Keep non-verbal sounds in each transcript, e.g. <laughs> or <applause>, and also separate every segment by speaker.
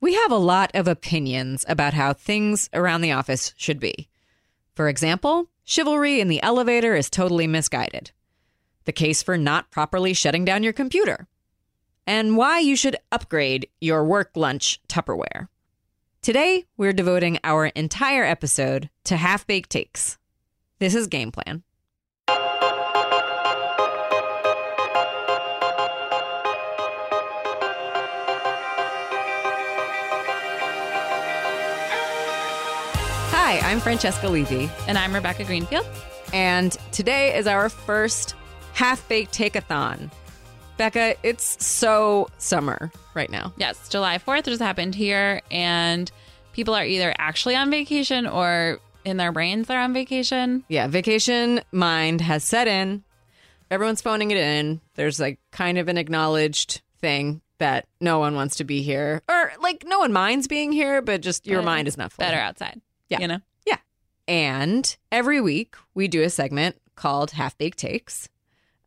Speaker 1: We have a lot of opinions about how things around the office should be. For example, chivalry in the elevator is totally misguided. The case for not properly shutting down your computer. And why you should upgrade your work lunch Tupperware. Today, we're devoting our entire episode to half baked takes. This is Game Plan. Hi, I'm Francesca Levy,
Speaker 2: And I'm Rebecca Greenfield.
Speaker 1: and today is our first half baked take a thon. Becca, it's so summer right now.
Speaker 2: Yes, July 4th just happened here, and people are either actually on vacation or in their brains they're on vacation.
Speaker 1: Yeah, vacation mind has set in. Everyone's phoning it in. There's like kind of an acknowledged thing that no one wants to be here, or like no one minds being here, but just your
Speaker 2: But
Speaker 1: mind is not full.
Speaker 2: Better outside.
Speaker 1: Yeah.
Speaker 2: You know?
Speaker 1: And every week we do a segment called Half Baked Takes.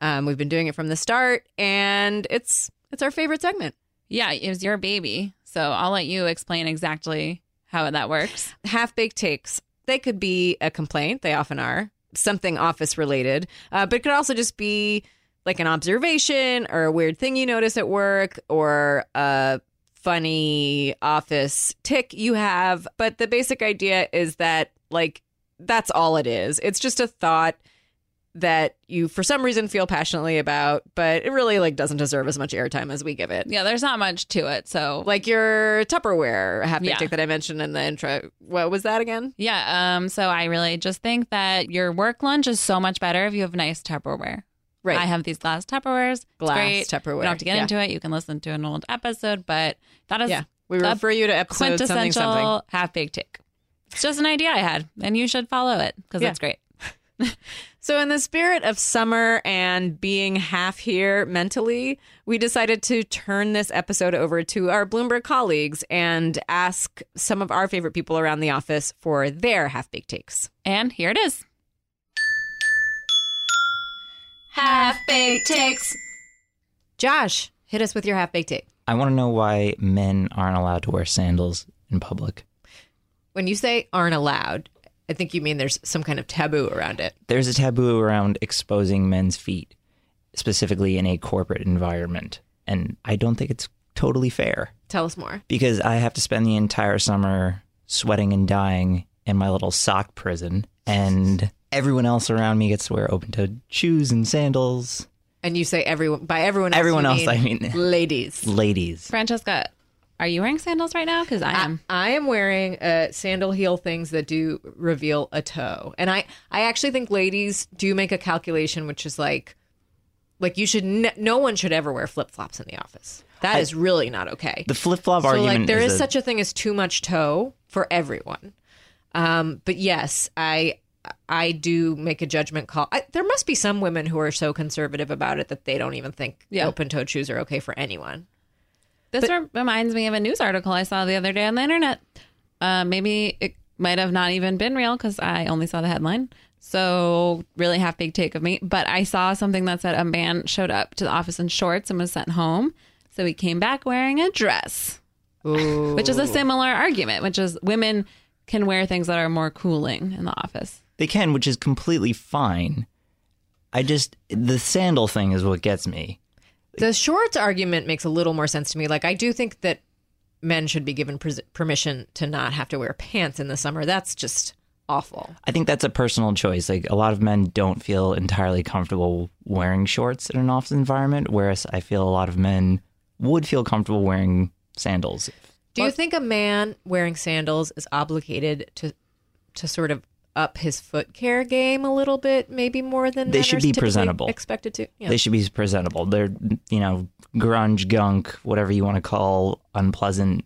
Speaker 1: Um, we've been doing it from the start, and it's it's our favorite segment.
Speaker 2: Yeah, it was your baby. So I'll let you explain exactly how that works.
Speaker 1: half baked takes. They could be a complaint, they often are, something office related, uh, but it could also just be like an observation or a weird thing you notice at work or a funny office tick you have. But the basic idea is that, like, that's all it is. It's just a thought that you for some reason feel passionately about but it really like doesn't deserve as much airtime as we give it
Speaker 2: Yeah, there's not much to it. So,
Speaker 1: like your tupperware half baked
Speaker 2: Yeah.
Speaker 1: tick that i mentioned in the intro what was that again
Speaker 2: yeah. Um, so I really just think that your work lunch is so much better if you have nice Tupperware.
Speaker 1: Right.
Speaker 2: I have these glass Tupperwares. It's
Speaker 1: glass
Speaker 2: great.
Speaker 1: Tupperware.
Speaker 2: We don't have to get
Speaker 1: yeah.
Speaker 2: into it. You can listen to an old episode, but that is
Speaker 1: Yeah, we
Speaker 2: a
Speaker 1: refer you to episode something something.
Speaker 2: quintessential half baked tick. It's just an idea I had, and you should follow it because
Speaker 1: Yeah.
Speaker 2: it's great.
Speaker 1: So, in the spirit of summer and being half here mentally, we decided to turn this episode over to our Bloomberg colleagues and ask some of our favorite people around the office for their half baked takes.
Speaker 2: And here it is.
Speaker 1: Half baked takes. Josh, hit us with your half baked take.
Speaker 3: I want to know why men aren't allowed to wear sandals in public.
Speaker 1: When you say aren't allowed, I think you mean there's some kind of taboo around it.
Speaker 3: There's a taboo around exposing men's feet, specifically in a corporate environment. And I don't think it's totally fair
Speaker 1: Tell us more.
Speaker 3: because I have to spend the entire summer sweating and dying in my little sock prison. And everyone else around me gets to wear open toed shoes and sandals.
Speaker 1: And you say everyone by everyone else.
Speaker 3: Everyone
Speaker 1: you
Speaker 3: else, I mean,
Speaker 1: ladies.
Speaker 3: ladies.
Speaker 2: Francesca, are you wearing sandals right now? Because I am.
Speaker 4: I am wearing uh, sandal heel things that do reveal a toe, and I I actually think ladies do make a calculation, which is like, like you should ne- no one should ever wear flip flops in the office. That is really not okay.
Speaker 3: The flip flop
Speaker 4: so
Speaker 3: argument
Speaker 4: like there is
Speaker 3: a-
Speaker 4: such a thing as too much toe for everyone. Um, but yes, I I do make a judgment call. I, there must be some women who are so conservative about it that they don't even think
Speaker 2: Yeah.
Speaker 4: open toed shoes are okay for anyone.
Speaker 2: This re- reminds me of a news article I saw the other day on the internet. Uh, maybe it might have not even been real because I only saw the headline. So, really half baked take of me. But I saw something that said a man showed up to the office in shorts and was sent home. So, he came back wearing a dress. which is a similar argument, which is women can wear things that are more cooling in the office.
Speaker 3: They can, which is completely fine. I just, the sandal thing is what gets me.
Speaker 4: The shorts argument makes a little more sense to me. Like, I do think that men should be given pres- permission to not have to wear pants in the summer. That's just awful.
Speaker 3: I think that's a personal choice. Like a lot of men don't feel entirely comfortable wearing shorts in an office environment, whereas I feel a lot of men would feel comfortable wearing sandals.
Speaker 4: Do you think a man wearing sandals is obligated to to sort of up his foot care game a little bit, maybe more than
Speaker 3: They
Speaker 4: men
Speaker 3: should
Speaker 4: are
Speaker 3: be
Speaker 4: typically
Speaker 3: presentable.
Speaker 4: Expected to, yeah.
Speaker 3: They should be presentable. They're you know grunge gunk, whatever you want to call unpleasant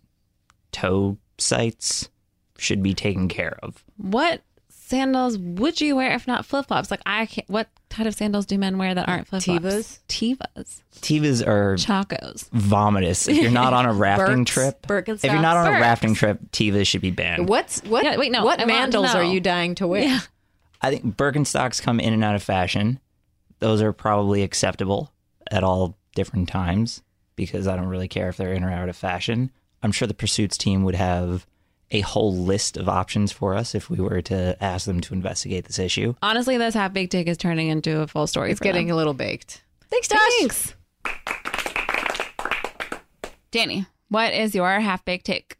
Speaker 3: toe sites should be taken care of.
Speaker 2: What sandals would you wear if not flip flops? Like I can't. What kind of sandals do men wear that aren't flip flops?
Speaker 1: Tevas?
Speaker 2: Tevas,
Speaker 3: Tivas are
Speaker 2: Chacos.
Speaker 3: vomitous. If you're not on
Speaker 1: <laughs>
Speaker 3: a rafting
Speaker 1: Birks,
Speaker 3: trip,
Speaker 1: Birkenstocks.
Speaker 3: if you're not on a
Speaker 2: Birks.
Speaker 3: rafting trip, Tivas should be banned.
Speaker 1: What's what?
Speaker 2: Yeah, wait, no,
Speaker 1: What
Speaker 2: I want to
Speaker 1: mandals are
Speaker 2: know.
Speaker 1: you dying to wear?
Speaker 3: I think Birkenstocks come in and out of fashion. Those are probably acceptable at all different times because I don't really care if they're in or out of fashion. I'm sure the pursuits team would have a whole list of options for us if we were to ask them to investigate this issue.
Speaker 2: Honestly, this half baked take is turning into a full story.
Speaker 1: It's
Speaker 2: for
Speaker 1: getting
Speaker 2: them.
Speaker 1: a little baked.
Speaker 5: Thanks, Josh.
Speaker 2: thanks. Danny, what is your half baked take?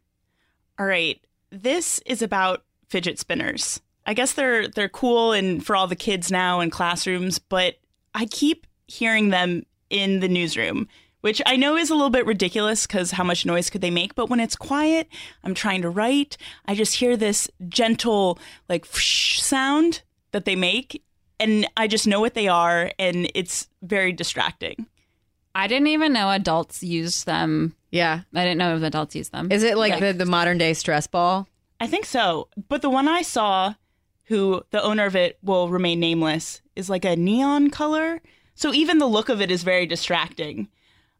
Speaker 6: All right. This is about fidget spinners. I guess they're they're cool and for all the kids now in classrooms, but I keep hearing them in the newsroom, which I know is a little bit ridiculous cuz how much noise could they make, but when it's quiet, I'm trying to write, I just hear this gentle like sound that they make and I just know what they are and it's very distracting.
Speaker 7: I didn't even know adults used them.
Speaker 1: Yeah.
Speaker 7: I didn't know if adults used them.
Speaker 1: Is it like the, the modern day stress ball?
Speaker 6: I think so. But the one I saw, who the owner of it will remain nameless, is like a neon color. So even the look of it is very distracting.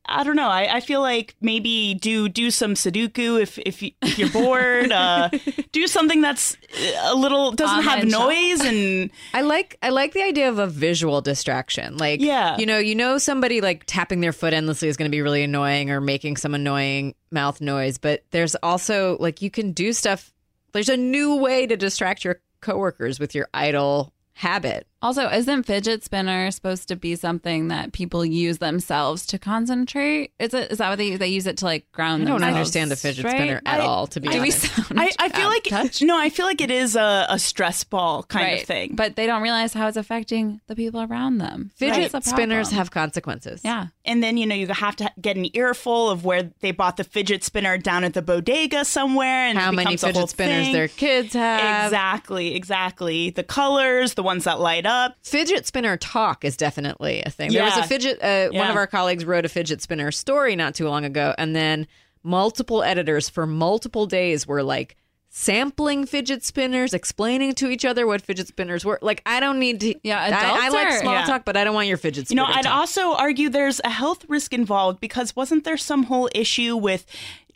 Speaker 6: I don't know. I, I feel like maybe do do some Sudoku if if, you, if you're bored.
Speaker 1: <laughs>
Speaker 6: uh, do something that's a little doesn't have
Speaker 7: Online shop.
Speaker 6: noise and
Speaker 1: I like I like the idea of a visual distraction. Like
Speaker 6: Yeah.
Speaker 1: you know, you know somebody like tapping their foot endlessly is going to be really annoying or making some annoying mouth noise, but there's also like you can do stuff there's a new way to distract your coworkers with your idle habit.
Speaker 7: also, isn't fidget spinner supposed to be something that people use themselves to concentrate? Is it is that what they use? They use it to like ground
Speaker 1: I don't
Speaker 7: themselves,
Speaker 1: understand the fidget
Speaker 7: right?
Speaker 1: spinner at
Speaker 6: I-
Speaker 1: all to be
Speaker 7: Do we
Speaker 1: honest.
Speaker 7: sound
Speaker 6: I, I
Speaker 7: out
Speaker 6: feel like
Speaker 7: of touch?
Speaker 6: no, I feel like it is a, a stress ball kind
Speaker 7: Right.
Speaker 6: of thing.
Speaker 7: But they don't realize how it's affecting the people around them.
Speaker 1: Fidget
Speaker 7: That's the
Speaker 1: spinners
Speaker 7: problem.
Speaker 1: have consequences.
Speaker 7: Yeah.
Speaker 6: and then you know you have to get an earful of where they bought the fidget spinner down at the bodega somewhere and it
Speaker 1: How many
Speaker 6: becomes a whole
Speaker 1: fidget spinners
Speaker 6: thing.
Speaker 1: their kids have.
Speaker 6: Exactly, exactly. The colors, the ones that light up.
Speaker 1: fidget spinner talk is definitely a thing. There was
Speaker 6: Yeah.
Speaker 1: a fidget. Uh, One
Speaker 6: Yeah.
Speaker 1: of our colleagues wrote a fidget spinner story not too long ago, and then multiple editors for multiple days were like sampling fidget spinners, explaining to each other what fidget spinners were. Like, I don't need to.
Speaker 7: Yeah,
Speaker 1: I, I
Speaker 7: adults
Speaker 1: like
Speaker 7: are-
Speaker 1: small
Speaker 6: Yeah.
Speaker 1: talk, but I don't want your fidget
Speaker 6: You
Speaker 1: spinner.
Speaker 6: know, I'd
Speaker 1: talk.
Speaker 6: also argue there's a health risk involved because wasn't there some whole issue with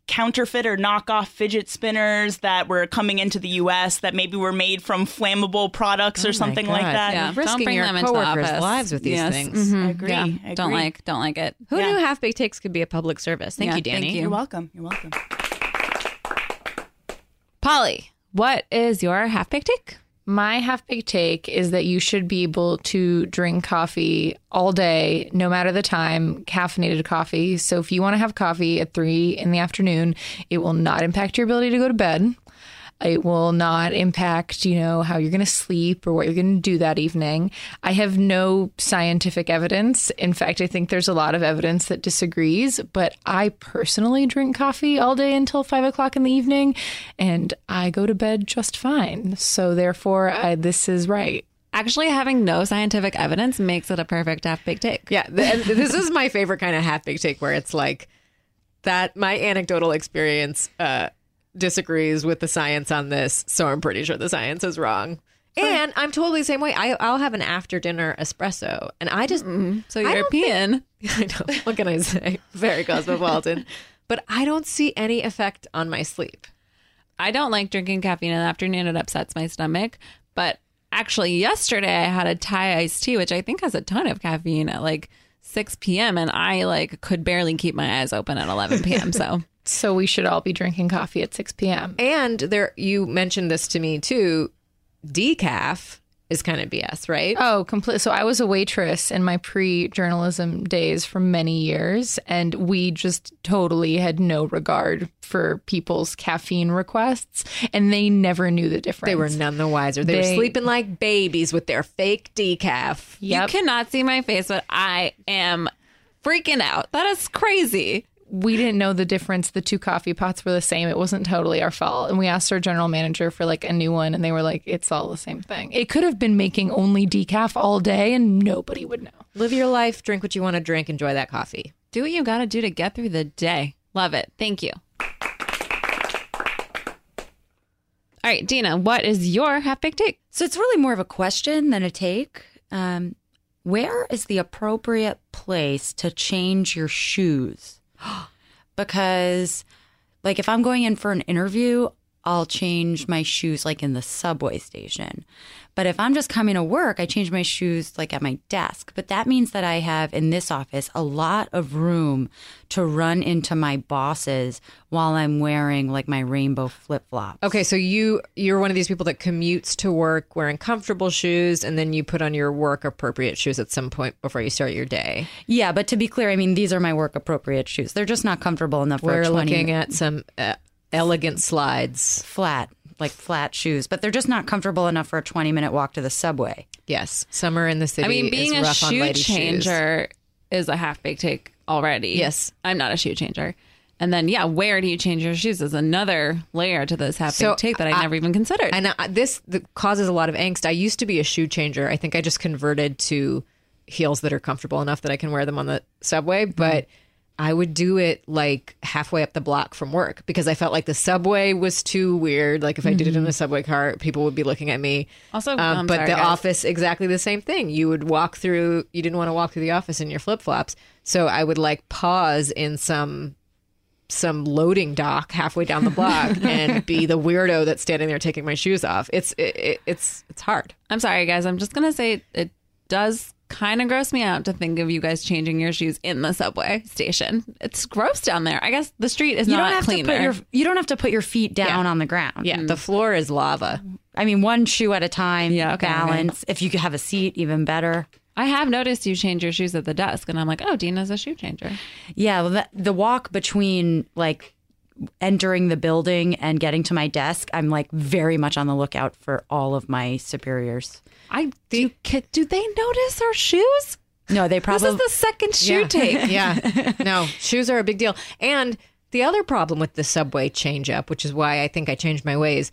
Speaker 6: counterfeit or knockoff fidget spinners that were coming into the U.S. that maybe were made from flammable products or
Speaker 1: Oh my
Speaker 6: something like
Speaker 1: God.
Speaker 6: that?
Speaker 7: Yeah.
Speaker 1: Risking
Speaker 7: don't bring
Speaker 1: your
Speaker 7: them into the
Speaker 1: coworkers'
Speaker 7: office.
Speaker 1: lives with these
Speaker 7: Yes.
Speaker 1: things.
Speaker 7: Mhm.
Speaker 6: I agree,
Speaker 7: Yeah.
Speaker 6: I
Speaker 7: Don't
Speaker 6: agree.
Speaker 7: like. Don't like it.
Speaker 1: Who
Speaker 6: Yeah.
Speaker 1: knew half baked takes could be a public service? Thank
Speaker 7: Yeah,
Speaker 1: you, Danny.
Speaker 7: thank you.
Speaker 6: You're welcome. You're welcome.
Speaker 7: Polly, what is your half baked take?
Speaker 8: My half baked take is that you should be able to drink coffee all day, no matter the time, caffeinated coffee. So if you want to have coffee at three in the afternoon, it will not impact your ability to go to bed. It will not impact, you know, how you're going to sleep or what you're going to do that evening. I have no scientific evidence. In fact, I think there's a lot of evidence that disagrees, but I personally drink coffee all day until five o'clock in the evening and I go to bed just fine. So therefore, I,
Speaker 1: uh,
Speaker 8: this is right.
Speaker 2: Actually, having no scientific evidence makes it a perfect half baked take.
Speaker 1: Yeah, th- and this is my favorite kind of half baked take where it's like that my anecdotal experience uh, disagrees with the science on this, so I'm pretty sure the science is wrong. And I'm totally the same way. I, I'll have an after dinner espresso, and I just
Speaker 2: So
Speaker 1: Mm-hmm. I don't think-
Speaker 2: European.
Speaker 1: <laughs> I know what can I say? Very <laughs> cosmopolitan, but I don't see any effect on my sleep.
Speaker 2: I don't like drinking caffeine in the afternoon. It upsets my stomach. But actually, yesterday I had a Thai iced tea, which I think has a ton of caffeine at like 6 p.m. And I like could barely keep my eyes open at 11 p.m.
Speaker 1: <laughs>
Speaker 2: So
Speaker 8: So we should all be drinking coffee at 6 p.m.
Speaker 1: And there, you mentioned this to me too. Decaf is kind of BS, right?
Speaker 8: Oh, complete. So I was a waitress in my pre-journalism days for many years, and we just totally had no regard for people's caffeine requests, and they never knew the difference.
Speaker 1: They were none the wiser. They, were
Speaker 8: They-
Speaker 1: sleeping like babies with their fake decaf.
Speaker 8: Yep.
Speaker 2: you cannot see my face, but I am freaking out. That is crazy.
Speaker 8: we didn't know the difference. The two coffee pots were the same. It wasn't totally our fault. And we asked our general manager for like a new one, and they were like, "It's all the same thing." It could have been making only decaf all day, and nobody would know.
Speaker 1: Live your life, drink what you want to drink, enjoy that coffee.
Speaker 2: Do what you got to do to get through the day. Love it. Thank you. All right, Dina, what is your half baked take?
Speaker 9: So it's really more of a question than a take. Um, where is the appropriate place to change your shoes? <gasps> because, like, if I'm going in for an interview, I'll change my shoes like in the subway station. But if I'm just coming to work, I change my shoes like at my desk. But that means that I have in this office a lot of room to run into my bosses while I'm wearing like my rainbow flip flops.
Speaker 1: Okay, so you you're one of these people that commutes to work wearing comfortable shoes, and then you put on your work appropriate shoes at some point before you start your day.
Speaker 9: Yeah, but to be clear, I mean these are my work appropriate shoes. They're just not comfortable enough for
Speaker 1: We're
Speaker 9: a 20
Speaker 1: looking at some uh, elegant slides.
Speaker 9: flat like flat shoes, but they're just not comfortable enough for a 20 minute walk to the subway.
Speaker 1: Yes, summer in the city.
Speaker 2: I mean, being
Speaker 1: is
Speaker 2: a
Speaker 1: rough on
Speaker 2: shoe
Speaker 1: ladies' shoes.
Speaker 2: changer is a half baked take already.
Speaker 1: Yes.
Speaker 2: I'm not a shoe changer. And then, yeah, where do you change your shoes is another layer to this half baked
Speaker 1: So,
Speaker 2: take that I,
Speaker 1: I-
Speaker 2: never even considered.
Speaker 1: And I, this the, causes a lot of angst. I used to be a shoe changer. I think I just converted to heels that are comfortable enough that I can wear them on the subway, but I would do it like halfway up the block from work because I felt like the subway was too weird. Like if I did it in a subway car, people would be looking at me.
Speaker 2: Also,
Speaker 1: Um,
Speaker 2: I'm
Speaker 1: but
Speaker 2: sorry,
Speaker 1: the
Speaker 2: guys.
Speaker 1: office, exactly the same thing. You would walk through, you didn't want to walk through the office in your flip flops. So I would like pause in some some loading dock halfway down
Speaker 2: <laughs>
Speaker 1: the block and be the weirdo that's standing there taking my shoes off. It's it, it, it's it's hard.
Speaker 2: I'm sorry, guys. I'm just gonna say it does kind of gross me out to think of you guys changing your shoes in the subway station. It's gross down there. I guess the street is
Speaker 9: You
Speaker 2: not
Speaker 9: don't have
Speaker 2: cleaner. Mm.
Speaker 9: to put your you don't have to put your feet down on the ground.
Speaker 1: Yeah, the floor is lava.
Speaker 9: I mean, one shoe at a time,
Speaker 2: Yeah, okay,
Speaker 9: balance. If you could have a seat, even better.
Speaker 2: I have noticed you change your shoes at the desk, and I'm like, oh, Dina's a shoe changer.
Speaker 9: Yeah, well, the, the walk between like entering the building and getting to my desk, I'm like very much on the lookout for all of my superiors.
Speaker 2: I do. You, ki- do they notice our shoes?
Speaker 9: No, they
Speaker 2: This
Speaker 9: probably
Speaker 2: is the second shoe
Speaker 1: Yeah.
Speaker 2: take.
Speaker 1: <laughs> yeah. No, shoes are a big deal. And the other problem with the subway change up, which is why I think I changed my ways,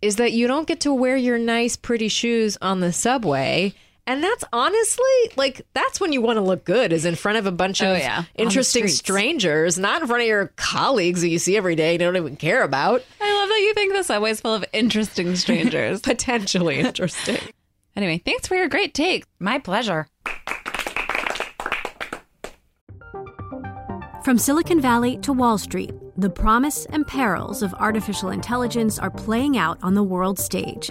Speaker 1: is that you don't get to wear your nice, pretty shoes on the subway. And that's honestly like that's when you want to look good is in front of a bunch of
Speaker 2: Oh, yeah. On the
Speaker 1: interesting strangers, not in front of your colleagues that you see every day and don't even care about.
Speaker 2: I love that you think the subway is full of
Speaker 10: <laughs>
Speaker 2: interesting strangers.
Speaker 1: Potentially interesting.
Speaker 2: <laughs> anyway, thanks for your great take.
Speaker 9: my pleasure.
Speaker 11: From Silicon Valley to Wall Street, the promise and perils of artificial intelligence are playing out on the world stage.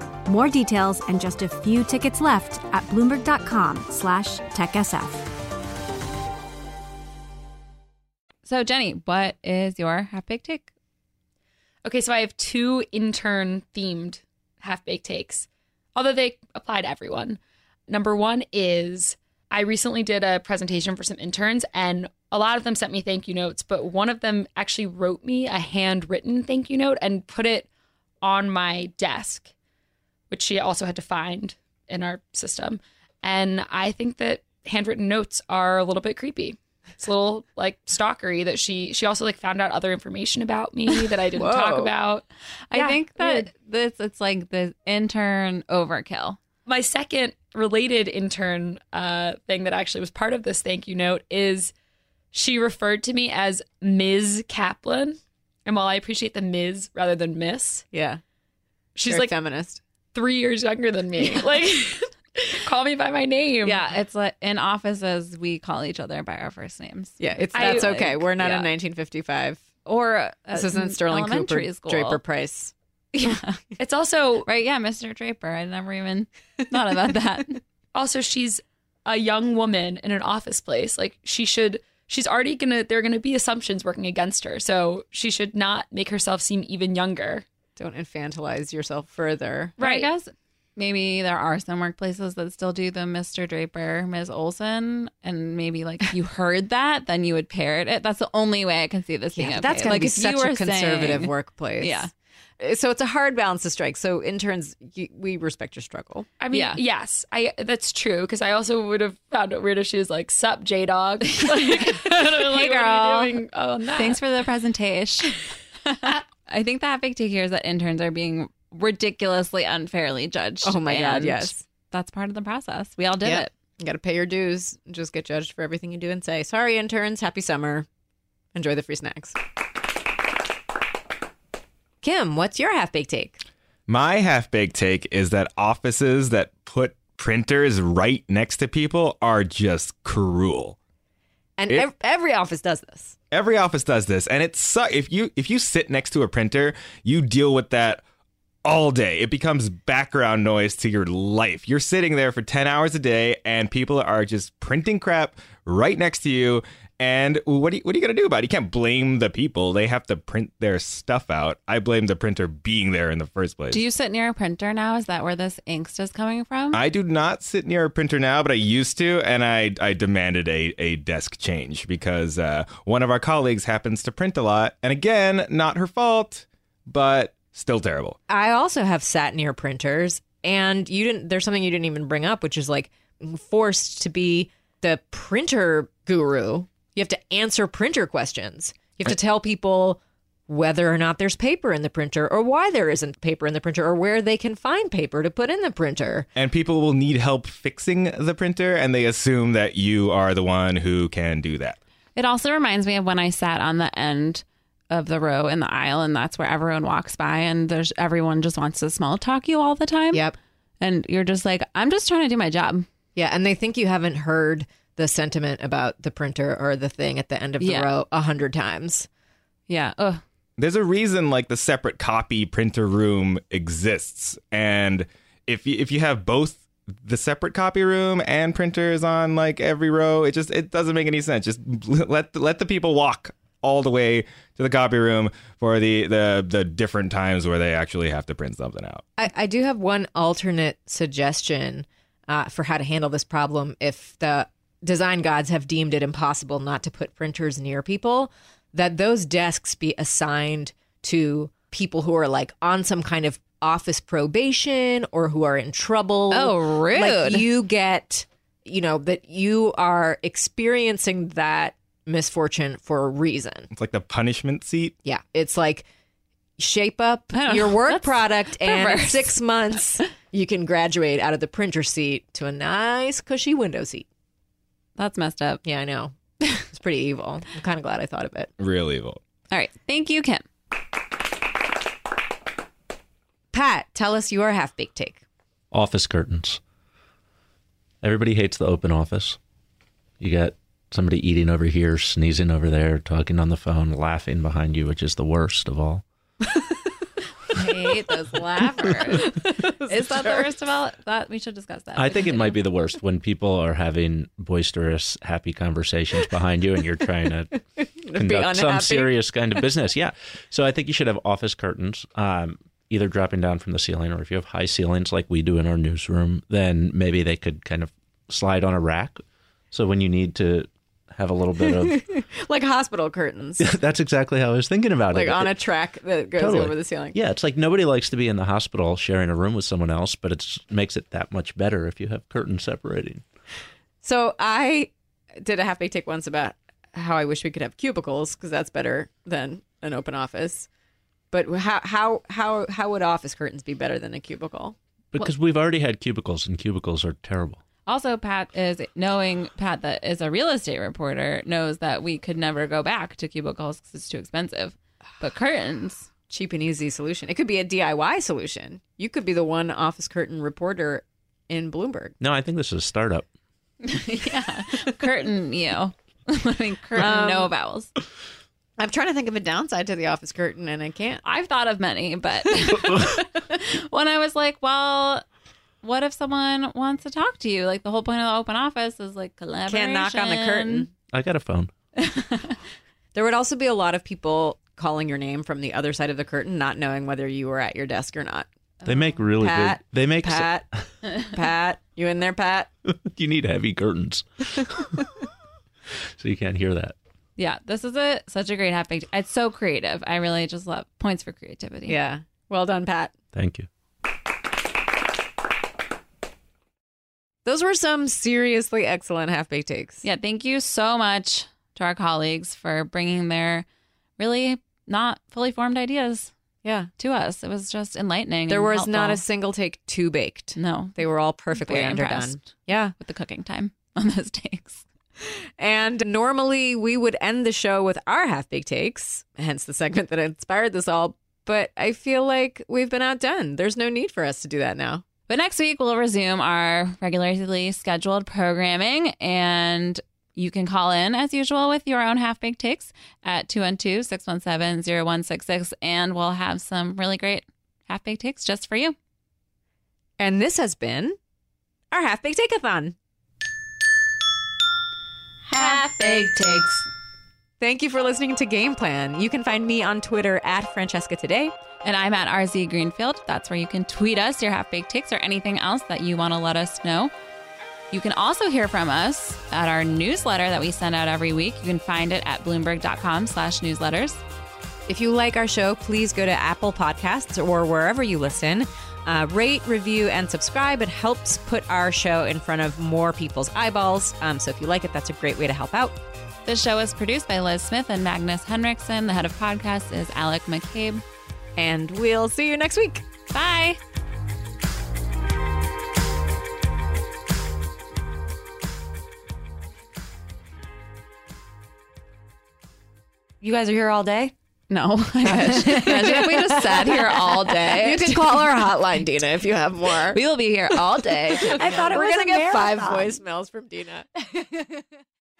Speaker 11: More details and just a few tickets left at bloomberg.com/slash techsf.
Speaker 2: So, Jenny, what is your half baked take?
Speaker 12: Okay, so I have two intern themed half baked takes, although they apply to everyone. Number one is I recently did a presentation for some interns, and a lot of them sent me thank you notes, but one of them actually wrote me a handwritten thank you note and put it on my desk, which she also had to find in our system. And I think that handwritten notes are a little bit creepy. It's a little like stalkery that she she also like found out other information about me that I didn't talk about.
Speaker 2: I
Speaker 12: Yeah,
Speaker 2: think that
Speaker 12: weird.
Speaker 2: this it's like the intern overkill.
Speaker 12: my second related intern uh, thing that actually was part of this thank you note is she referred to me as Ms. Kaplan. And while I appreciate the Ms. rather than Miss,
Speaker 10: Yeah.
Speaker 12: she's
Speaker 10: Very
Speaker 12: like
Speaker 10: feminist.
Speaker 12: three years younger than me.
Speaker 2: <laughs>
Speaker 12: Like, call me by my name.
Speaker 2: Yeah, it's like in offices we call each other by our first names.
Speaker 10: Yeah, it's
Speaker 12: I-
Speaker 10: that's okay. We're not
Speaker 2: yeah.
Speaker 10: in 1955.
Speaker 2: Or uh,
Speaker 10: This isn't Sterling
Speaker 2: elementary
Speaker 10: Cooper,
Speaker 2: school.
Speaker 10: Draper Price.
Speaker 2: Yeah.
Speaker 12: It's also
Speaker 2: right. Yeah, Mr. Draper. I never even thought about that.
Speaker 12: also she's a young woman in an office place like she should she's already gonna there are gonna be assumptions working against her so she should not make herself seem even younger
Speaker 10: Don't infantilize yourself further.
Speaker 2: But I
Speaker 12: right
Speaker 2: guess maybe there are some workplaces that still do the Mr. Draper, Ms. Olson, and maybe like
Speaker 10: <laughs>
Speaker 2: if you heard that, then you would parrot it. That's the only way I can see this being okay.
Speaker 10: that's gonna
Speaker 2: like
Speaker 10: be
Speaker 2: if you
Speaker 10: such
Speaker 2: were
Speaker 10: a conservative <laughs>
Speaker 2: saying-
Speaker 10: workplace.
Speaker 2: Yeah. <laughs>
Speaker 1: Uh, So it's a hard balance to strike. So interns, you, we respect your struggle.
Speaker 12: I mean,
Speaker 2: Yeah.
Speaker 12: yes, I that's true because I also would have found it weird if she was like, "Sup, J Dog." <laughs> like, hey
Speaker 2: girl.
Speaker 12: on that?
Speaker 2: Thanks for the <laughs> presentation. I think that big take here is that interns are being ridiculously unfairly judged.
Speaker 1: Oh my God,
Speaker 2: and
Speaker 1: yes.
Speaker 2: That's part of the process. We all did
Speaker 1: Yeah.
Speaker 2: it.
Speaker 1: You got to pay your dues. and Just get judged for everything you do and say, sorry, interns, happy summer. Enjoy the free snacks. Kim, what's your half baked take?
Speaker 13: My half baked take is that offices that put printers right next to people are just cruel.
Speaker 1: And
Speaker 13: It-
Speaker 1: ev- every office does this.
Speaker 13: Every office does this, and it sucks. If you if you sit next to a printer, you deal with that all day. It becomes background noise to your life. You're sitting there for ten hours a day, and people are just printing crap right next to you. And what are you, what are you gonna do about it? You can't blame the people. They have to print their stuff out. I blame the printer being there in the first place.
Speaker 2: Do you sit near a printer now? Is that where this angst is coming from?
Speaker 13: I do not sit near a printer now, but I used to, and I, I demanded a, a desk change because uh, one of our colleagues happens to print a lot. And again, not her fault, but still terrible.
Speaker 1: I also have sat near printers, and you didn't. There's something you didn't even bring up, which is like forced to be the printer guru. You have to answer printer questions. You have to tell people whether or not there's paper in the printer, or why there isn't paper in the printer, or where they can find paper to put in the printer.
Speaker 13: And people will need help fixing the printer, and they assume that you are the one who can do that.
Speaker 2: It also reminds me of when I sat on the end of the row in the aisle, and that's where everyone walks by, and there's everyone just wants to small talk you all the time.
Speaker 1: Yep.
Speaker 2: And you're just like, I'm just trying to do my job.
Speaker 1: Yeah, and they think you haven't heard the sentiment about the printer or the thing at the end of the
Speaker 2: Yeah.
Speaker 1: row a hundred times.
Speaker 2: Yeah. Ugh.
Speaker 13: There's a reason like the separate copy printer room exists. And if you, if you have both the separate copy room and printers on like every row, it just it doesn't make any sense. Just <laughs> let the, let the people walk all the way to the copy room for the, the the different times where they actually have to print something out.
Speaker 1: I, I do have one alternate suggestion uh, for how to handle this problem if the design gods have deemed it impossible not to put printers near people, that those desks be assigned to people who are like on some kind of office probation or who are in trouble.
Speaker 2: Oh, rude.
Speaker 1: Like you get, you know, that you are experiencing that misfortune for a reason.
Speaker 13: It's like the punishment seat.
Speaker 1: Yeah. It's like shape up
Speaker 2: I don't
Speaker 1: your
Speaker 2: know.
Speaker 1: work
Speaker 2: That's
Speaker 1: product and in
Speaker 2: perverse. <laughs>
Speaker 1: six months you can graduate out of the printer seat to a nice cushy window seat.
Speaker 2: That's messed up.
Speaker 1: Yeah, I know. It's pretty evil. I'm kind of glad I thought of it.
Speaker 13: Real evil.
Speaker 2: All right. Thank you, Kim.
Speaker 1: Pat, tell us your half baked take.
Speaker 14: office curtains. Everybody hates the open office. You got somebody eating over here, sneezing over there, talking on the phone, laughing behind you, which is the worst of all.
Speaker 2: I hate
Speaker 1: <laughs>
Speaker 2: those laughers. is that the worst of all? That we should discuss that.
Speaker 14: I think it might be the worst when people are having boisterous, happy conversations behind you and you're
Speaker 1: <laughs>
Speaker 14: trying to conduct some
Speaker 1: unhappy.
Speaker 14: serious
Speaker 1: <laughs>
Speaker 14: kind of business. Yeah. So I think you should have office curtains, um, either dropping down from the ceiling or if you have high ceilings like we do in our newsroom, then maybe they could kind of slide on a rack. So when you need to have a little bit
Speaker 1: <laughs>
Speaker 14: of
Speaker 1: Like hospital curtains,
Speaker 14: That's exactly how I was thinking about
Speaker 1: like
Speaker 14: it.
Speaker 1: on a
Speaker 14: It-
Speaker 1: track that goes
Speaker 14: Totally.
Speaker 1: over the ceiling.
Speaker 14: yeah, it's like nobody likes to be in the hospital sharing a room with someone else, but it makes it that much better if you have curtains separating.
Speaker 1: So I did a half baked take once about how I wish we could have cubicles because that's better than an open office. But how how how how would office curtains be better than a cubicle?
Speaker 14: Because we've already had cubicles, and cubicles are terrible.
Speaker 2: Also, Pat is knowing Pat that is a real estate reporter knows that we could never go back to cubicles because it's too expensive. But curtains,
Speaker 1: cheap and easy solution. It could be a DIY solution. You could be the one office curtain reporter in Bloomberg.
Speaker 14: No, I think this is a startup.
Speaker 2: yeah, curtain you. <laughs> I mean, curtain
Speaker 1: Um,
Speaker 2: no vowels.
Speaker 1: I'm trying to think of a downside to the office curtain and I can't.
Speaker 2: I've thought of many, but when I was like, well, what if someone wants to talk to you? Like the whole point of the open office is like collaboration.
Speaker 1: Can't knock on the curtain.
Speaker 14: I got a phone.
Speaker 1: There would also be a lot of people calling your name from the other side of the curtain, not knowing whether you were at your desk or not.
Speaker 14: They make really
Speaker 1: Pat,
Speaker 14: good. They make. s-
Speaker 1: Pat,
Speaker 14: <laughs>
Speaker 1: Pat, you in there, Pat?
Speaker 14: <laughs> you need heavy curtains, so you can't hear that.
Speaker 2: Yeah, this is a such a great half baked. It's so creative. I really just love points for creativity.
Speaker 1: Yeah. Well done, Pat.
Speaker 14: Thank you.
Speaker 1: Those were some seriously excellent half baked takes.
Speaker 2: Yeah, thank you so much to our colleagues for bringing their really not fully formed ideas
Speaker 1: Yeah.
Speaker 2: to us. It was just enlightening.
Speaker 1: There
Speaker 2: and
Speaker 1: was not a
Speaker 2: helpful.
Speaker 1: single take too baked.
Speaker 2: no
Speaker 1: They were all perfectly
Speaker 2: Very
Speaker 1: underdone.
Speaker 2: impressed.
Speaker 1: Yeah.
Speaker 2: with the cooking time <laughs> on those takes.
Speaker 1: And normally we would end the show with our half baked takes, hence the segment that inspired this all. But I feel like we've been outdone. There's no need for us to do that now.
Speaker 2: But next week we'll resume our regularly scheduled programming and you can call in as usual with your own half baked takes at 212 617 0166 and we'll have some really great half baked takes just for you.
Speaker 1: And this has been our half baked takeathon.
Speaker 2: Half baked takes.
Speaker 1: Thank you for listening to Game Plan. You can find me on Twitter at Francesca Today.
Speaker 2: And I'm at RZ Greenfield. That's where you can tweet us your half baked takes or anything else that you want to let us know. You can also hear from us at our newsletter that we send out every week. You can find it at bloomberg.com slash newsletters.
Speaker 1: If you like our show, please go to Apple Podcasts or wherever you listen. Uh, rate, review, and subscribe. It helps put our show in front of more people's eyeballs. Um, so if you like it, that's a great way to help out.
Speaker 2: This show is produced by Liz Smith and Magnus Henriksen. The head of podcasts is Alec McCabe.
Speaker 1: And we'll see you next week.
Speaker 2: Bye.
Speaker 9: You guys are here all day?
Speaker 1: <laughs>
Speaker 2: No, I wish. Imagine if we just sat here all day.
Speaker 1: You can call our <laughs> hotline, Dina, if you have more.
Speaker 2: We will be here all day.
Speaker 9: I thought it
Speaker 1: We're
Speaker 9: was
Speaker 1: gonna
Speaker 9: a
Speaker 1: get five
Speaker 9: marathon.
Speaker 1: voicemails from Dina.